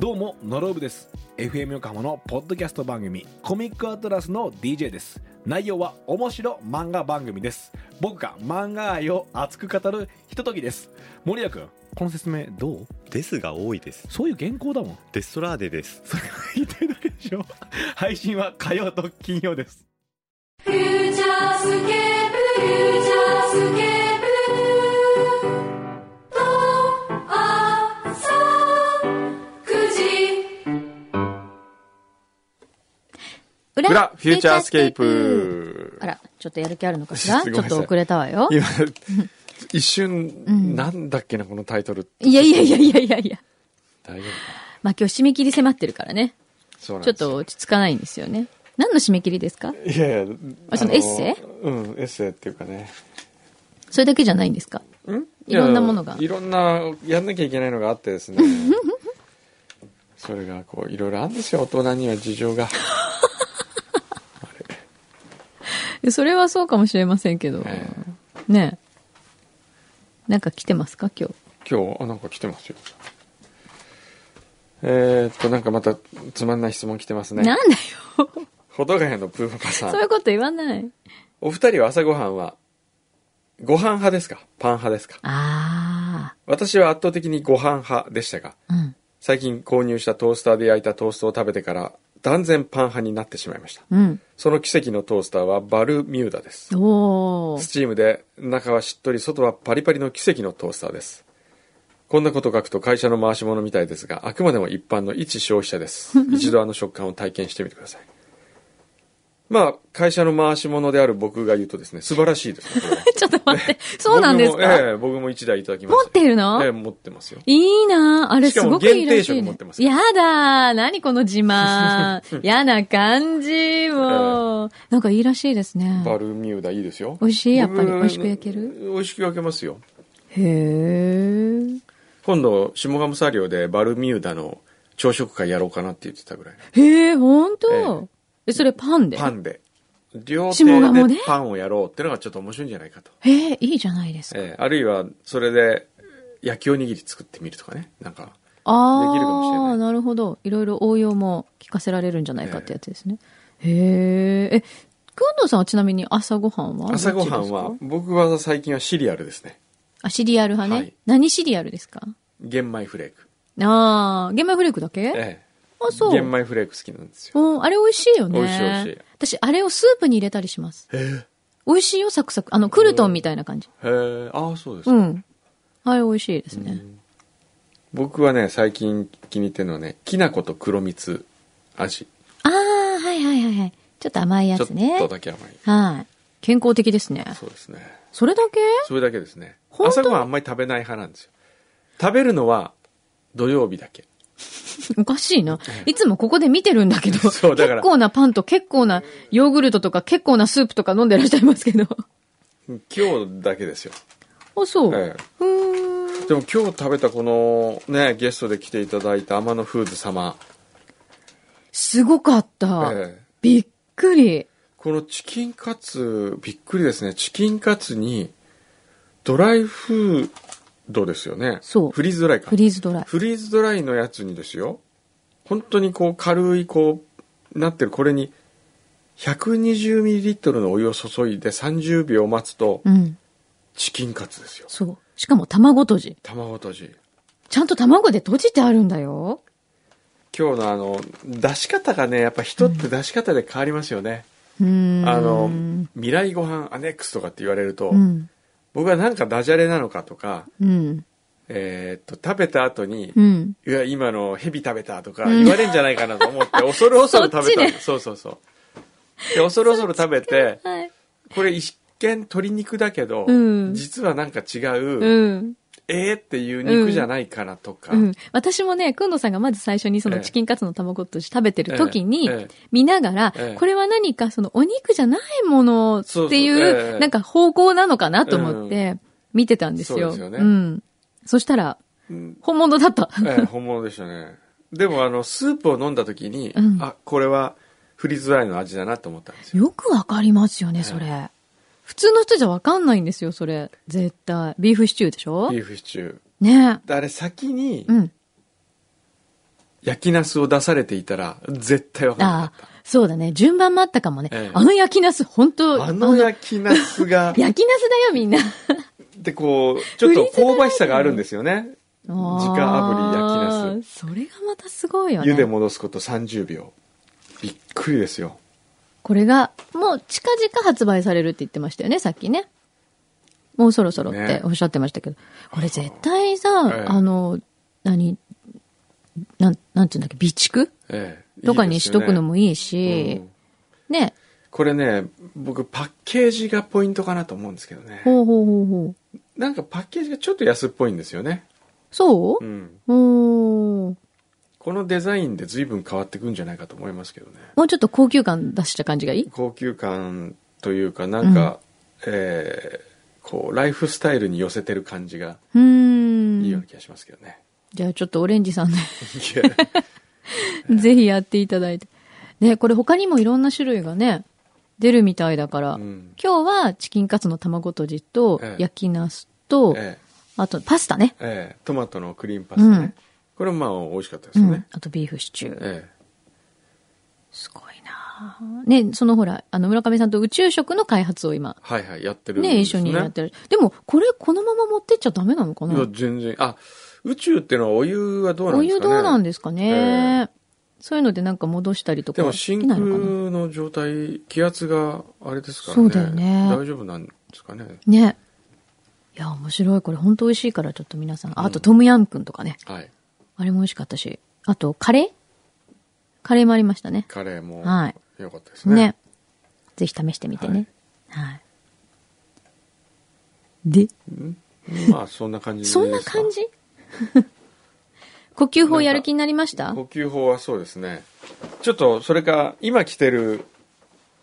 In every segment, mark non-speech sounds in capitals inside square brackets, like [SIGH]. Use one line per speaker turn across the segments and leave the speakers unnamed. どうもノロブです FM 横浜のポッドキャスト番組コミックアトラスの DJ です内容は面白漫画番組です僕が漫画愛を熱く語るひとときです森谷君この説明どう
ですが多いです。
そういう原稿だもん
デストラーデです。
それが言いたいだけでしょ配信は火曜と金曜です
フューチャースケープ、フューチャースケープ、と、あ、さ、くじ。
裏
裏フューチャースケー。プ
あら、ちょっとやる気あるのかしら
す
ち
[LAUGHS] ご
ょ
い
っと遅れたわよ。
今一瞬なんだっけなこのタイトル
いやいやいやいやいやいや。
大丈夫か
まあ今日締め切り迫ってるからね。
そうなん
ちょ
で
っ
すよ
と落ち着かないんですよね。何の締め切りですか
いやいや
あそのエッセイ
うんエッセイっていうかね
それだけじゃないんですかいろんなものが
いやいろんなやんなきゃいけないのがあっ
[LAUGHS]
てですねそれがこういろいろあるんですよ大人には事情が
それはそうかもしれませんけど。
え
ねえ。なんか来てますか今日。
今日あなんか来てますよえー、っとなんかまたつまんない質問来てますね
なんだよ。
保土ヶ谷のプーパパさん
そういうこと言わない。
お二人は朝ごはんはご飯派ですかパン派ですか
あ
私は圧倒的にご飯派でしたが
あ。うん。
最近購入したトースターで焼いたトーストを食べてから断然パン派になってしまいました
うん。
その奇跡のトースターはバルミューダです
お
ス
ー。
チームで中はしっとり外はパリパリの奇跡のトースターですこんなこと書くと会社の回し物みたいですがあくまでも一般の一消費者です一度あの食感を体験してみてくださいまあ会社の回し物である僕が言うとですね素晴らしいですねこれは
[LAUGHS] ちょっと待って。そうなんです
僕もえ
か
え僕も一台いただきま
持
した
ってる
よ
の
ええ持ってますよ
いいなぁあれすごくいいら
し
し
か
い、
も限定色持っ
ね
てま。すよ
やだー何この自
[LAUGHS]
慢。嫌な感じもう。なんかいいらしいですね。
バルミューダいいですよ
美味しいやっぱり
僕
美味しく焼ける
美味しく焼けますよ
へー。
今度下鴨サリオでバルミューダの朝食会やろうかなって言ってたぐらい
へー、ほん
え
とえ、それパンで
パンで両手
下鴨
で
ね
パンをやろうってのがちょっと面白いんじゃないかと、
へー、いいじゃないですか。
ええあるいはそれで焼きおにぎり作ってみるとかねなんか
あー、
できるかもしれない
なるほど。いろいろ応用も聞かせられるんじゃないかってやつですね。へー。え、くんどうさんはちなみに朝ごはんは
朝ごは
どっ
ん
ちです
は
か
僕は最近はシリアルですね
あ、シリアル派ね。
はい
何シリアルですか
玄米フレーク、
あー、玄米フレークだけ、
え
あ、
え
そう。
玄米フレーク好きなんですよ
うん、あれ美味しいよね。
美味しい美味しい
私、あれをスープに入れたりします。美味しいよ、サクサク。あの、クルトンみたいな感じ。
へえああそうですか
うん。あれ美味しいですね。
僕はね最近気に入ってるのはねきな粉と黒蜜味
ああ、はいはいはいはい。ちょっと甘いや
ちょ
つね
っと。だけ甘い
はい。健康的ですね。
そうですね
それだけ
それだけですね
本当
朝ごはんあんまり食べない派なんですよ食べるのは土曜日だけ
おかしいな。いつもここで見てるんだけど、
[LAUGHS] そうだから
結構なパンと結構なヨーグルトとか結構なスープとか飲んでらっしゃいますけど。
今日だけですよ、
あ、そう。
え
うーん。
えでも今日食べたこのねゲストで来ていただいた天野フーズ様、
すごかった。
ええ
びっくり。
このチキンカツびっくりですねチキンカツにドライフードですよね
そう
フリーズドライか
フリーズドライ。
フリーズドライのやつにですよ本当にこう軽いこうなってるこれに 120ml のお湯を注いで30秒待つと
うん。
チキンカツですよ
そう。しかも卵とじ。
卵とじ
ちゃんと卵で閉じてあるんだよ。
今日のあの出し方がねやっぱ人って出し方で変わりますよね、
うーん。
あの未来ご飯アネックスとかって言われると、
うん。
僕はなんかダジャレなのかとか
うん。
えーっと食べた後に、
うん。
いや今の蛇食べたとか言われんじゃないかなと思って、恐る恐る食べたんですそうそうそうで恐る恐る食べて
はい。
これ一見鶏肉だけど、
うん
実はなんか違う、
うん。
えーっていう肉じゃないかなとか、
うん。私もね、くんどさんがまず最初にそ
え
の
え
チキンカツの卵とじ食べてる時に
ええええ、
見ながら
ええ、
これは何かそのお肉じゃないものってい
そうそうええ
う、なんか方向なのかなと思って、見てたんですよ。
そうですよね
ん。そしたら、
うん
本物だった。
ええ本物でしたねでもあのスープを飲んだ時に、
うん
あこれはフリーズドライの味だなと思ったんですよ
よくわかりますよね、そ
え
れ。普通の人じゃわかんないんですよ、それ。絶対。ビーフシチューでしょ
ビーフシチュー
ね
あれ先に
うん。
焼きナスを出されていたら、絶対わかんな
ああ、そうだね。順番もあったかもね。
ええ
あの焼きナス、本当
かった。あの
焼
焼きナスが
き、ナスだよ、みん
[LAUGHS]
な。
でこう、ちょっと香ばしさがあるんですよね。
直
炙り焼きナ
ス。それがまたすごいよね。
湯で戻すこと30秒。びっくりですよ。
これが、もう近々発売されるって言ってましたよね、さっきね。もうそろそろって
ね
おっしゃってましたけど。これ絶対さ、
ええ
あの、何、なん、なんていうんだっけ、備蓄
ええ。
とかにしとくのもいい
いい
し、
ですよねうん
ね。
これね、僕パッケージがポイントかなと思うんですけどね。
ほうほうほうほう。
なんかパッケージがちょっと安っぽいんですよね。
そうう、
ん。
うん、
このデザインで随分変わってくんじゃないかと思いますけどね。
もうちょっと高級感出した感じがいい
高級感というか、なんか、えーこう、ライフスタイルに寄せてる感じが
うーん。
いいような気がしますけどね。
じゃあちょっとオレンジさんで、
[LAUGHS] いや
ぜひやっていただいて。ね、これ他にもいろんな種類がね、出るみたいだから、 [LAUGHS]
うん
今日はチキンカツの卵とじと
ええ、
焼きナスと、
ええ
あとパスタね。
ええトマトのクリームパスタね。
うん
これもまあ美味しかったです
う
よ
ん
ね。。
あとビーフシチュー。
え
すごいなあね、そのほら、あの村上さんと宇宙食の開発を今
え、はいはい、やってるんです
ね、一緒にやってる。でも、これこのまま持ってっちゃダメなのかない
や、全然。あ、宇宙ってのはお湯はどうな
お
んです
湯
かね
どうなん
で
ですかね。そういうのでなんか戻したりとか
も
でき
真
な
空
いのかな。
の状態、気圧があれですか
そ
らね。
うだよね
大丈夫なんですかね。
ね。いや、面白い。これ本当美味しいから、ちょっと皆さん。あと、トムヤムクンとかね。
はい。
あれも美味しかったし。あと、カレーカレーもありましたね。
カレーも
はい
良かったです
ね
ね。
ぜひ試してみてね。はい。で、
まあ、そんな感じですか
そんな感じ呼吸法やる気になりました
呼吸法はそうですね。ちょっと、それか、今来てる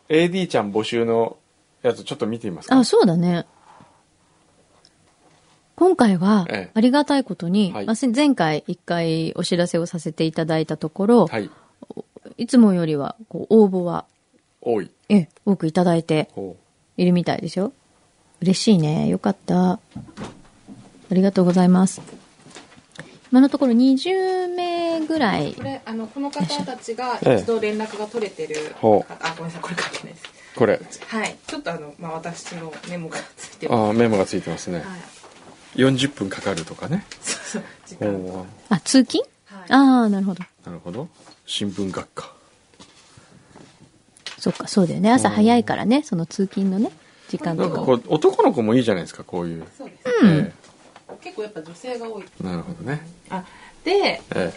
AD ちゃん募集のやつ、ちょっと見てみますか。
あ、そうだね。今回は
ええ、
ありがたいことに、
はい
まあせ前回一回お知らせをさせていただいたところ、
はい。
い、つもよりはこう応募は、
多い。
ええ、多くいただいて
ほ
いるみたいですよ。嬉しいね。よかった。ありがとうございます。今のところ20名ぐらい
こ。れあのこの方たちが一度連絡が取れてる
ほ
方、
う
あごめんなさいこれ書いてないです
う。これ。
はいちょっとあの、まあ、私のメモがついてます
ああ、メモがついてますね。
はい
40分かかるとかね。
そうそう時間と
お
あ、通勤、
はい
ああ、なるほど。
なるほど。新聞学科。
そっか、そうだよね。朝早いからね、その通勤のね、時間
な
と
ん
か
か
も
こう、男の子もいいじゃないですか、こういう。
そうです、
え
結構やっぱ女性が多い
えなるほどね。
あで
え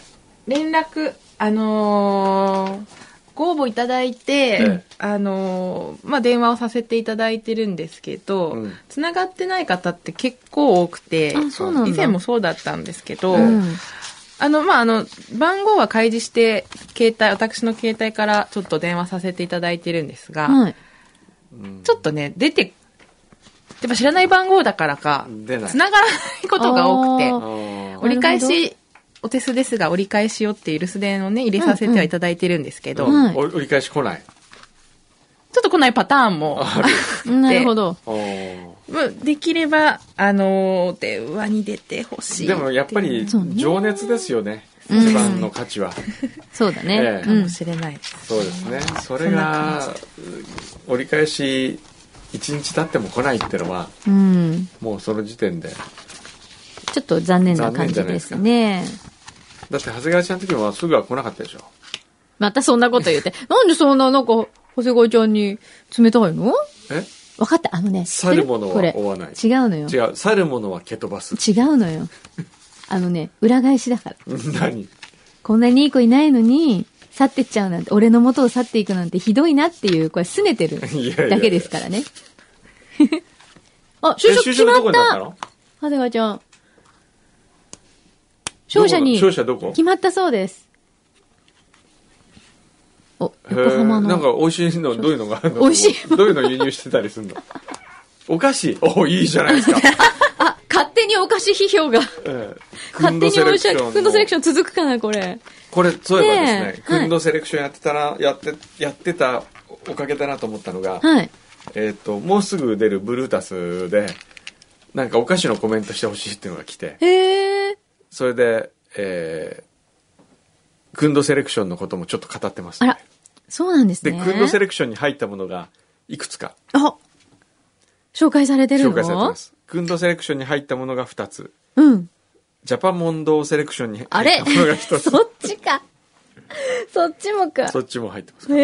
連絡あのーご応募いただいて、
ええ
あのーまあ、電話をさせていただいてるんですけど、
うん
つながってない方って結構多くて、
あそうなんだ
以前もそうだったんですけど、
うん。
あの、まあ、あの、番号は開示して、携帯、私の携帯からちょっと電話させていただいてるんですが、
はい。
ちょっとね、出て、やっぱ知らない番号だからか、
出ない
繋がらないことが多くて
あ、
あ
ー
ー
折り返し、お手数ですが、折り返しよっていう留守電をね、入れさせてはいただいてるんですけど、
うんうんはい
お折り返し来ない。
ちょっと来ないパターンも、
なるほど。
おー
まあできれば、あのー、電話に出てほしいって
で
いう。
もやっぱり
そうね
情熱ですよね。
うん
一番の価値は。
そうだね
え。え
か
う
も
ん。
しれないです。
そうですね。それが、うん折り返し1日経っても来ないってのは、
うん。
もうその時点で。
ちょっと残念な感じですね。
だって長谷川ちゃんの時はすぐは来なかったでしょ。
またそんなこと言って。なんでそんな、なんか、長谷川ちゃんに冷たいの
え
分かった。あのね、知ってる
去る者は
これ
追わない
違うのよ。違
違う。去る者は蹴飛ばす。
うの
[LAUGHS]
よ。あのね、裏返しだから。
何
こんなにいい子いないのに、去ってっちゃうなんて、俺の元を去っていくなんてひどいなっていう、これ拗ねてる
[LAUGHS] いやいや
だけですから
[LAUGHS]
ね。あ、就職
え
決ま
ど
っ
こになった
た
の
長谷川ちゃん。勝者に
どこ勝者どこ
決まったそうです。お、横浜
へーなん
の。
か美味しいのどういうのがあるの
美味し
いどういうの輸入してたりするのお菓子おいいじゃないで
[LAUGHS]
すか、
あ、勝手にお菓子批評が。
ええ
勝手におしゃ、
の
フンドセレクション続くかな、これ。
これそういえばです
ね
ね
え
クンドセレクションやってたな、やってやってたおかげだなと思ったのが、
はい。
えっともうすぐ出るブルータスでなんかお菓子のコメントしてほしいっていうのが来て
へえ。
それで、えークンドセレクションのこともちょっと語ってます
あ
ね、
ら、そうなんです
で、
ね。
クンドセレクションに入ったものがいくつか
あ紹介されてるの
紹介されてます。クンドセレクションに入ったものが2つ。
うん。
ジャパモンドセレクションに入った
あ
も
れ
のが1つ。
そっちか。そっちもか。
[LAUGHS] そっちも入ってますから
へ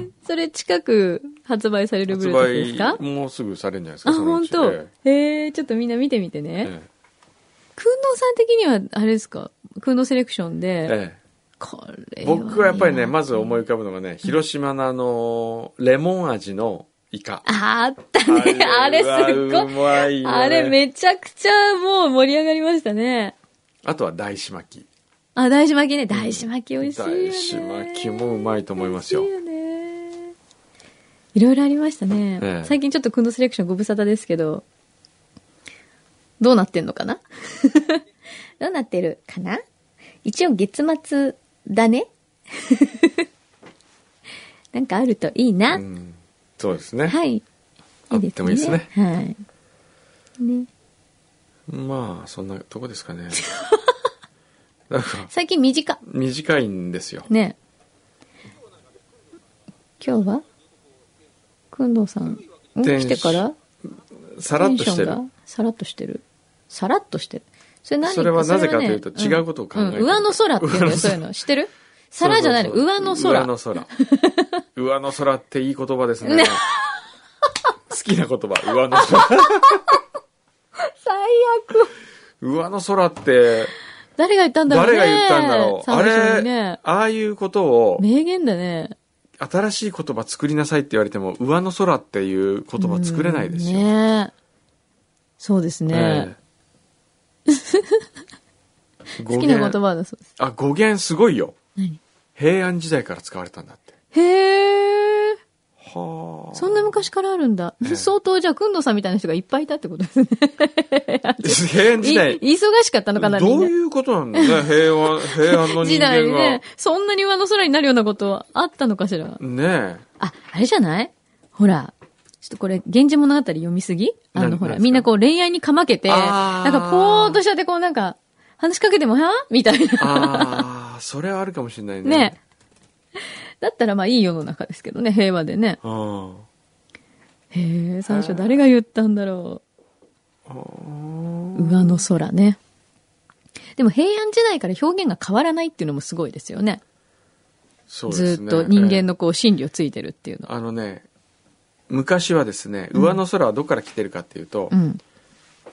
え。それ近く発売されるブルー
発
タスですか
売もうすぐされるんじゃないです
あ、
か。そのう
本
ち
当。
え
へえ、ちょっとみんな見てみて
え
ね。
え
くんどうさん的には、あれですかくんどうセレクション
え
で、
え
これ
え
はいいな
僕はやっぱりね、まず思い浮かぶのがね、広島のあの、レモン味のイカ。
あったね。あれ
は
すっご
う
い。
まいよね
あれめちゃくちゃもう盛り上がりましたね。
あとは大島巻き。
あ、大島巻きね。大島巻き美味しいよね。
大島巻きもうまいと思いますよ
美味しいよね。いろいろありましたね。
ええ
最近ちょっとくんどうセレクションご無沙汰ですけど、どうなってんのかな [LAUGHS] どうなってるかな一応月末だね。 [LAUGHS] なんかあるといいな。
うんそうですね。
はい。
あってもいいですね。
はい。ね。
まあ、そんなとこです
[LAUGHS]
かね。なんか、
最近短っ。
短いんですよ。
ね。今日はくんどうさん。ん
テン
来
シ
てから
さらっと
テンシ
して
ョン
る
が。さらっとしてる。さらっとしてる。それ何
それはなぜか
そね
というと違うことを考えてる
んん上の空っていうんだよ、そういうの。知ってる皿じゃないの。
そうそう
上の空。
上
[LAUGHS]
の空。上の空っていい言葉ですね。 [LAUGHS] 好きな言葉、上の空。
最悪。
上の空って、
誰が言ったんだろうね。
誰が言ったんだろう。あ
最初に
れ
ね、
ああいうことを、
名言だね。
新しい言葉作りなさいって言われても、上の空っていう言葉作れないですよ。
うんねえそうですね
え。え
[LAUGHS] 好きな言
語源
葉だそうです。
あ、語源すごいよ。
何
平安時代から使われたんだって。
へえ。
はあ。
そんな昔からあるんだ。
ええ
相当じゃあ、くんどさんみたいな人がいっぱいいたってことですね。
[LAUGHS] 平安 [LAUGHS] 時代
い。忙しかったのかな、み
ど
ん
う
な。
いうことなんだ
[LAUGHS]
ね、平安、平安の
時
人
代に
間が
ね。、そんなに上の空になるようなことあったのかしら。
ね
あ、あれじゃないほら。ちょっとこれ、源氏物語読みすぎあの、
な
ほ
な
ら、
んですか
みんなこう恋愛にかまけて、
あ
な
ー
んかぽーっとしちゃって、こうなんか、話しかけても、はみたい
え。
な。
ああ、それはあるかもしれないね。
ねだったらまあいい世の中ですけどね、平和でね。
うん。
へえ、最初誰が言ったんだろう。上の空ね。でも平安時代から表現が変わらないっていうのもすごいですよね。
そうですね。
ずっと人間のこう心理をついてるっていうの
ええ。あのね、昔はですね、上の空はどこから来てるかっていうと、
うん。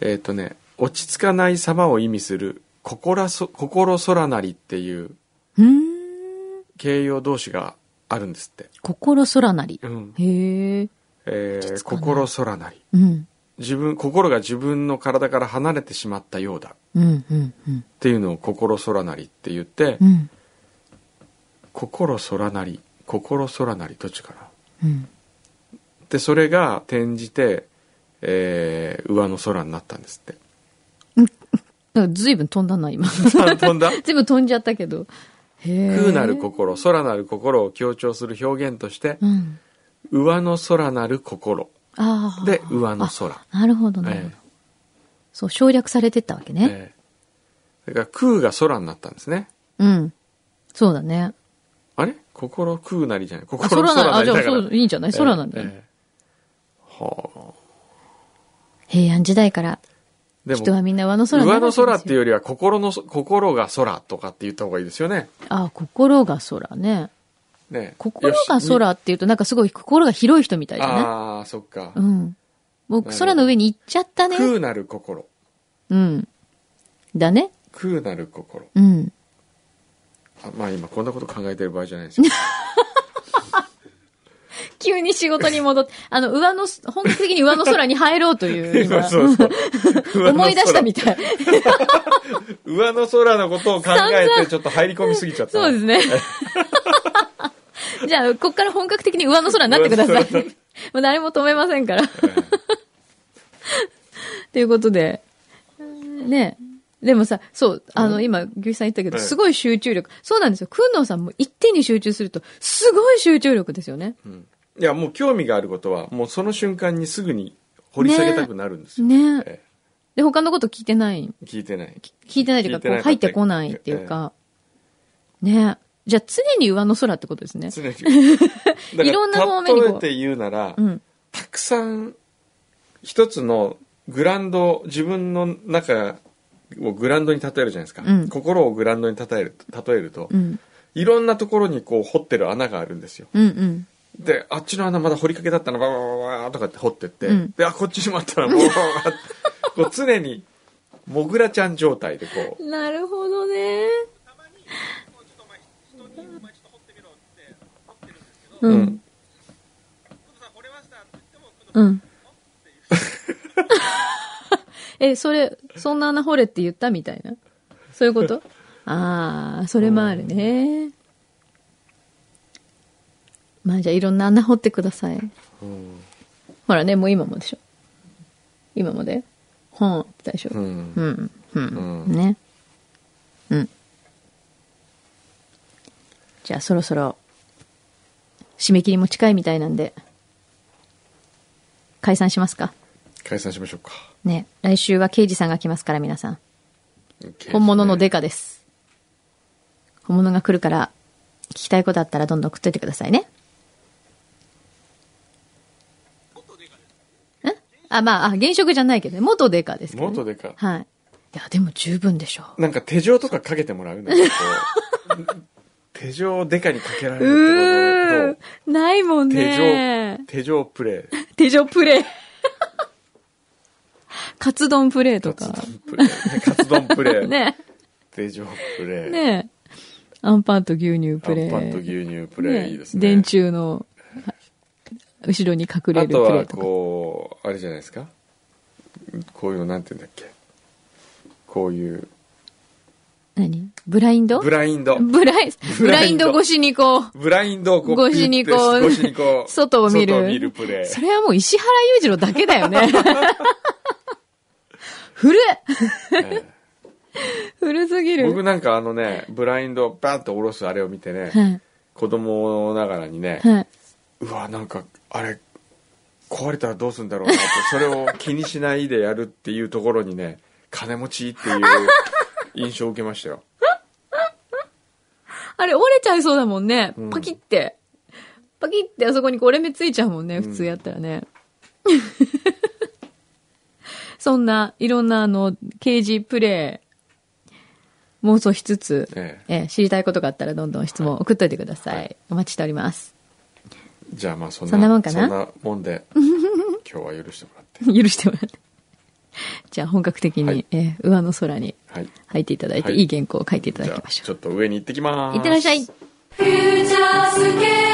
えっ、とね、落ち着かない様を意味する、心そ、心空なりっていう
うーん。
形容動詞があるんですって。
心空なり。
うん。
へえ。
え
落ち
ー、
着かない
心空なり。
うん。
自分、心が自分の体から離れてしまったようだ。
うん、うん、うん。
っていうのを心空なりって言って、
うん。
心空なり心空なりどっちかな
うん。
でそれが転じて、えー、上の空になったんです
[LAUGHS]
って
なんか随分飛んだな、今。 [LAUGHS]
飛んだ
随分飛んじゃったけど。へえ。
空なる。心空なる心を強調する表現として
う、ん。
上の空なる心
ああ。
で上の空、
なるほど、なるほど
え。
そう、省略されてったわけ
え
ね。
ええだから空が空になったんですね
うん。そうだね。
あれ心空なりじゃない
あ、
心
空
空
な、
な
あ、
り
じ
だ
ゃあ、
から
そう、いいんじゃない空なんだよ
え。えはあ
平安時代から、
で
人はみんな上の空にな
上
るわけで
の
すよ
空っていうよりは心のそ心が空とかって言った方がいいですよね。
あ、心が空ね。
ね
心が
よ
空っていうと、なんかすごい心が広い人みたい
し
じゃな
ああ、そっか
いうん。もう
ほど
空の上に行っちゃったね。
空なる心。
うん。だね。
空なる心。
うん。
あまあ今こんなこと考えてる場合じゃない
[LAUGHS]
ですよ。、
急に仕事に戻って、 [LAUGHS] あの、上の、本格的に上の空に入ろうという、今
[LAUGHS] そうそう。
[LAUGHS] 思い出したみ
たい。 [LAUGHS]
たい。
上の空のことを考えてちょっと入り込みすぎちゃった。
そうです
[LAUGHS]
ね。じゃあ、こっから本格的に上の空になってください。
上
[LAUGHS] も
の
う誰も止めませんから。ということで、ねでもさ、そう、あの、今、牛さん言ったけど、
はい
すごい集中力。そうなんですよ。くんのさんも一点に集中すると、すごい集中力ですよね。
うんいやもう興味があることはもうその瞬間にすぐに掘り下げたくなるんですよ。
ね
え
で、他のこと聞いてない。
え聞いてない。
聞いてないというか、
聞いて
こ
な
う、
い
入ってこないっていうか。ねじゃあ常に上の空ってことですね。
常に。だか
[LAUGHS]
ら
いろんな方面にこう
例えて言うなら、
うん。
たくさん一つのグラウンド自分の中をグラウンドに例えるじゃないですか、
うん
心をグラウンドに例える例えると、
うん。
いろんなところにこう掘ってる穴があるんですよ
うんうん。
であっちの穴まだ掘りかけだったのバババババとかって掘ってって、
うん
であこっちにもあったらバババババってこう常にモグラちゃん状態でこう
なるほどね。う。
うん
うん。え、それ、そんな穴掘れって言ったみたいな。そういうことああ、それもあるね。まあじゃあいろんな穴掘ってください。ほらね、もう今もでしょ。今もで。ほんってでしょ。
うん
うん、う、
うんん
ね。うん。じゃあそろそろ、締め切りも近いみたいなんで、解散しますか。
解散しましょうか
ね。来週は刑事さんが来ますから、皆さん。
OK
本物のデカです。本物が来るから、聞きたいことあったらどんどん送っといてくださいね。んあ、まあ、あ、現職じゃないけどね。元デカですけど、ね。
元デカ
はい。いや、でも十分でしょ
なんか手錠とかかけてもらうなんかこう手錠をデカにかけ
う。
られるってことと
ーん。ないもん
手
ね
錠。手錠プレイ
手錠プレイ。 [LAUGHS] カツ丼プレイと
カツ
か。
丼プレイカツ丼プレ
[LAUGHS]
イ、
ね。
手錠プレイ、
ねアンパンと牛乳プレイ。
アンパンと牛乳プレイ、
ね
いいですね
電柱のは後ろに隠れ
あ
るプレ
と
イ
は
とか。
こうあれじゃないですかこういうのなんて言うんだっけこういう
何ブラインド
ブラインド
ブラインブ
ブ
ラ
ラ
イ
イ
ン
ン
ド
ド
越しにこう。
ブラインドをこう
越しにこう
ピッて越しにこう
外を見る
外を見るプレ
そ
イ
れはもう石原裕次郎だけだ
[LAUGHS]
よね。古い [LAUGHS] 古すぎる。
僕なんかあのねブラインドをバンと下ろすあれを見てね
はい。
子供ながらにね、
はい。
うわなんかあれ壊れたらどうすんだろうな
[LAUGHS]
ってそれを気にしないでやるっていうところにね金持ちっ
[LAUGHS]
ていう印象を受けましたよ
あれ折れちゃいそうだもんね
う。ん
パキって。パキってあそこにこう折れ目ついちゃうもんね。普通やったらね。 [LAUGHS] そんな、いろんなあの、ケージプレイ、妄想しつつ、
ええ
ええ知りたいことがあったらどんどん質問送っといてください。お待ちしております。 [LAUGHS]
じゃあまあそんな
そんなもんかな
そんなも
[LAUGHS]
んで今日は許してもらって
許してもらって。じゃあ本格的に、
はい
ええ上の空に
はい
入っていただいて、
はい
い、い原稿を書いていただ
じ
き
ゃあ
まし
ち
ょ
ょっと上に行ってきま
う。
す
いってらっしゃい。
フューチャースケープ